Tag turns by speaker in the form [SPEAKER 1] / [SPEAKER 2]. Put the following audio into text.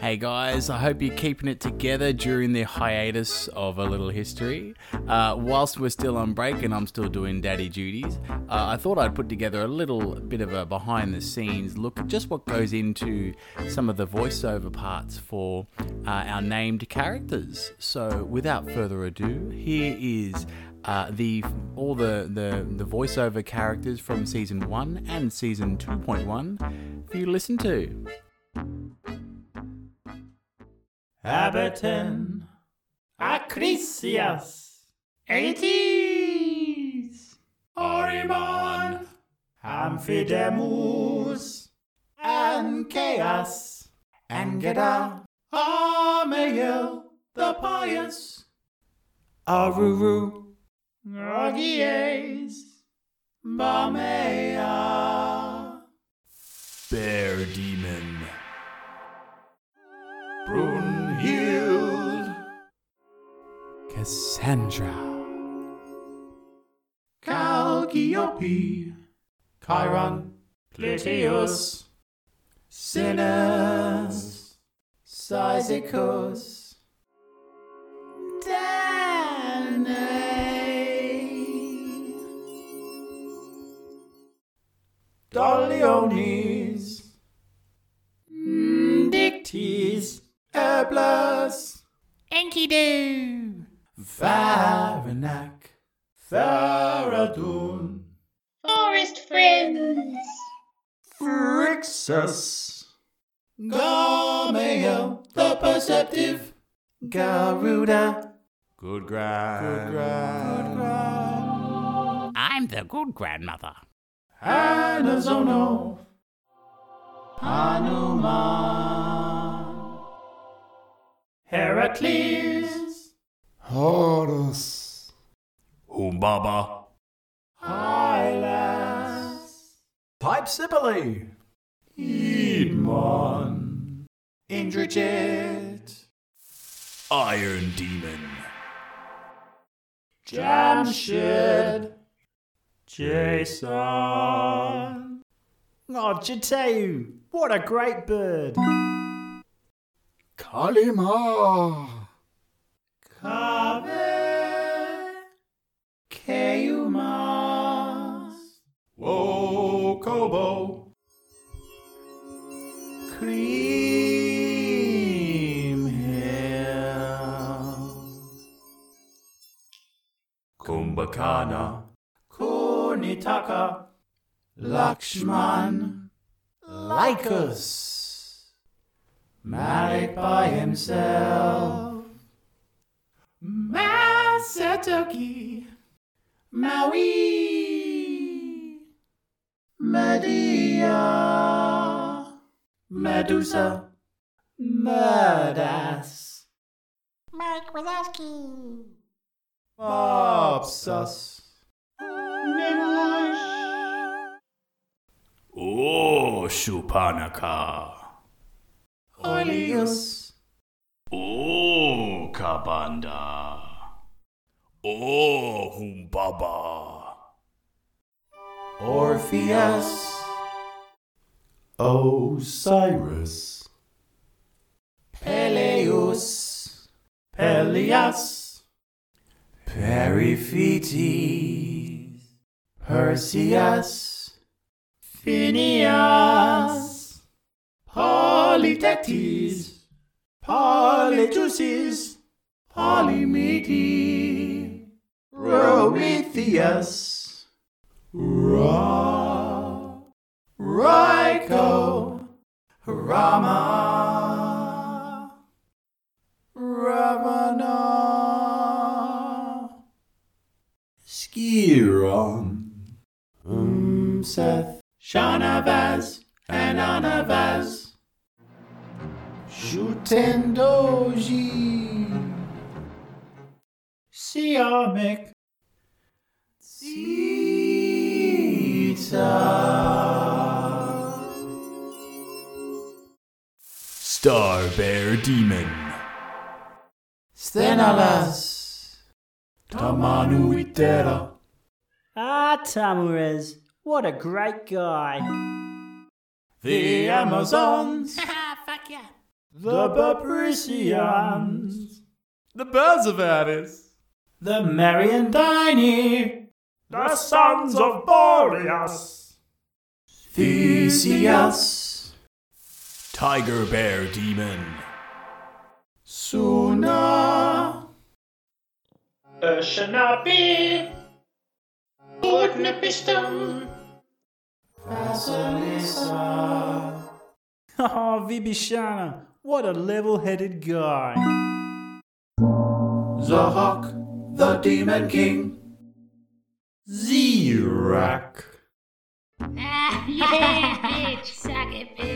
[SPEAKER 1] Hey guys, I hope you're keeping it together during the hiatus of a little history. Uh, whilst we're still on break and I'm still doing daddy duties, uh, I thought I'd put together a little bit of a behind the scenes look at just what goes into some of the voiceover parts for uh, our named characters. So without further ado, here is uh, the all the, the the voiceover characters from season one and season 2.1 for you to listen to.
[SPEAKER 2] Aberton. Acrisias. Aetes. Orimon. Amphidemus. Ancaeus. Angeda. Armael the pious. Aruru. Argies. Barmea. Bear demon. Brunhild.
[SPEAKER 1] Cassandra,
[SPEAKER 2] Calliope, Chiron, Pletius, Sinus, Cyzicus, Danae, Doliones, Dictys, Eblas, Enkidu, Varanac, Theradun,
[SPEAKER 3] Forest friends.
[SPEAKER 2] Phrixus, Gameo the Perceptive, Garuda, Good Grand, Good Grand,
[SPEAKER 1] I'm the good grandmother.
[SPEAKER 2] Hanazono, Hanuman, Heracles, Horus,
[SPEAKER 4] Humbaba,
[SPEAKER 2] Hylas, Pipe Sibylle, Edmon, Indrajit,
[SPEAKER 4] Iron Demon,
[SPEAKER 2] Jamshed, Jason. Oh, Jateu, what a great bird! Kalima, Kave, Keumas,
[SPEAKER 4] Wokobo,
[SPEAKER 2] Cream Hill.
[SPEAKER 4] Kumbakana,
[SPEAKER 2] Kunitaka, Lakshman, Lycus, Malik by himself, Masatoki, Maui, Medea, Medusa, Murdas,
[SPEAKER 3] Mike Wazowski.
[SPEAKER 2] Mopsus, Nimush.
[SPEAKER 4] O Shupanaka,
[SPEAKER 2] Oileus,
[SPEAKER 4] O Kabanda, O Humbaba,
[SPEAKER 2] Orpheus, Osiris, Peleus, Pelias, Periphetes, Perseus, Phineas, Polytectes, Polytusis, Polymede, Prometheus. Ra, Raiko, Rama, Ravana, Skiron, Umseth, Shanavaz, and Anavaz, Shutendoji, Siamic, Zeta.
[SPEAKER 4] Star Bear Demon,
[SPEAKER 2] Stenalas. Tamanuitera.
[SPEAKER 5] Ah, Tamurez, what a great guy.
[SPEAKER 2] The Amazons.
[SPEAKER 3] Haha, fuck yeah.
[SPEAKER 2] the Babricians,
[SPEAKER 1] The Berservatis.
[SPEAKER 2] the Mariandini,
[SPEAKER 4] The sons of Boreas.
[SPEAKER 2] Theseus,
[SPEAKER 4] Tiger Bear Demon.
[SPEAKER 2] Suna,
[SPEAKER 3] Shinobi! Ordnapistum!
[SPEAKER 2] Basilissa,
[SPEAKER 5] Oh, Vibishana, what a level headed guy.
[SPEAKER 2] Zohok, the Demon King, Zerak.
[SPEAKER 6] Ah, yeah, bitch, suck it, bitch.